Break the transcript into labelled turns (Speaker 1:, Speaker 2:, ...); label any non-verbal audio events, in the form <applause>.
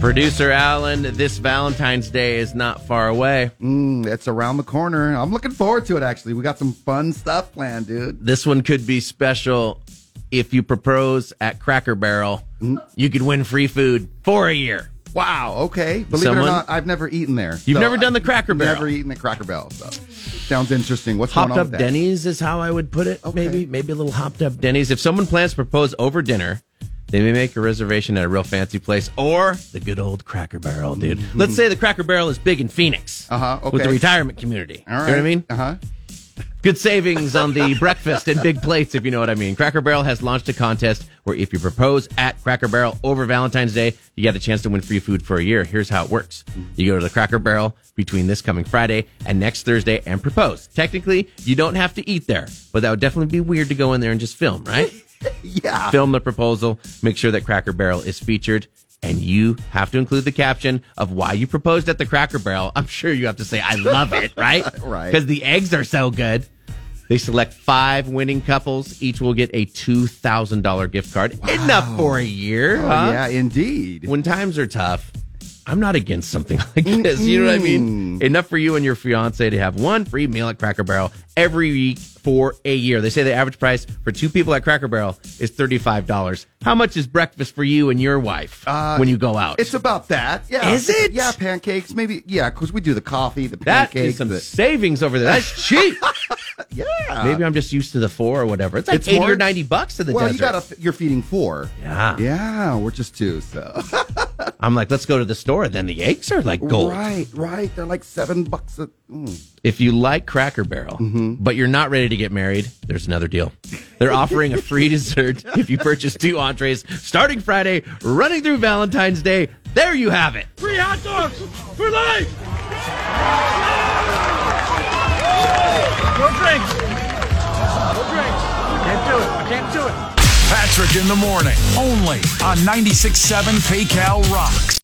Speaker 1: Producer Alan, this Valentine's Day is not far away.
Speaker 2: Mm, it's around the corner. I'm looking forward to it, actually. We got some fun stuff planned, dude.
Speaker 1: This one could be special if you propose at Cracker Barrel. You could win free food for a year.
Speaker 2: Wow, okay. Believe
Speaker 1: Someone-
Speaker 2: it or not, I've never eaten there.
Speaker 1: You've never done the Cracker Barrel?
Speaker 2: Never eaten the Cracker Barrel, so. Sounds interesting. What's
Speaker 1: Hopped
Speaker 2: going on
Speaker 1: up
Speaker 2: with that?
Speaker 1: Denny's is how I would put it. Maybe maybe a little hopped up Denny's. If someone plans to propose over dinner, they may make a reservation at a real fancy place or the good old Cracker Barrel, dude. Let's say the Cracker Barrel is big in Phoenix
Speaker 2: Hmm. Uh-huh,
Speaker 1: with the
Speaker 2: okay.
Speaker 1: retirement community.
Speaker 2: All right.
Speaker 1: You know what I mean?
Speaker 2: Uh-huh.
Speaker 1: Good savings on the <laughs> breakfast and big plates, if you know what I mean. Cracker Barrel has launched a contest where if you propose at Cracker Barrel over Valentine's Day, you get a chance to win free food for a year. Here's how it works. You go to the Cracker Barrel between this coming Friday and next Thursday and propose. Technically, you don't have to eat there, but that would definitely be weird to go in there and just film, right?
Speaker 2: Yeah.
Speaker 1: film the proposal, make sure that Cracker Barrel is featured. And you have to include the caption of why you proposed at the Cracker Barrel. I'm sure you have to say, I love it, right?
Speaker 2: Right.
Speaker 1: Because the eggs are so good. They select five winning couples. Each will get a $2,000 gift card. Enough for a year.
Speaker 2: Oh,
Speaker 1: huh?
Speaker 2: yeah, indeed.
Speaker 1: When times are tough, I'm not against something <laughs> like this. You know what I mean? Enough for you and your fiance to have one free meal at Cracker Barrel every week for a year. They say the average price for two people at Cracker Barrel is $35. How much is breakfast for you and your wife
Speaker 2: Uh,
Speaker 1: when you go out?
Speaker 2: It's about that. Yeah.
Speaker 1: Is it?
Speaker 2: Yeah, pancakes. Maybe. Yeah, because we do the coffee, the
Speaker 1: that is
Speaker 2: pancakes.
Speaker 1: some
Speaker 2: the-
Speaker 1: savings over there. That's
Speaker 2: <laughs>
Speaker 1: cheap.
Speaker 2: yeah.
Speaker 1: Maybe I'm just used to the four or whatever. It's like
Speaker 2: Uh, It's
Speaker 1: 80
Speaker 2: more-
Speaker 1: or 90 bucks to the
Speaker 2: well,
Speaker 1: desert.
Speaker 2: you gotta. You're feeding four.
Speaker 1: Yeah.
Speaker 2: Yeah, we're just two. So <laughs>
Speaker 1: I'm like, let's go to the store. Then the eggs are like gold.
Speaker 2: right, right. They're like seven bucks. A, mm.
Speaker 1: If you like Cracker Barrel, but you're not ready to get married, there's another deal. They're offering a free dessert if you purchase two entrees starting Friday, running through Valentine's Day. There you have it.
Speaker 3: Free hot dogs for life! No drinks. No drinks. I can't do it. I can't do it.
Speaker 4: Patrick in the morning, only on 96.7 PayCal Rocks.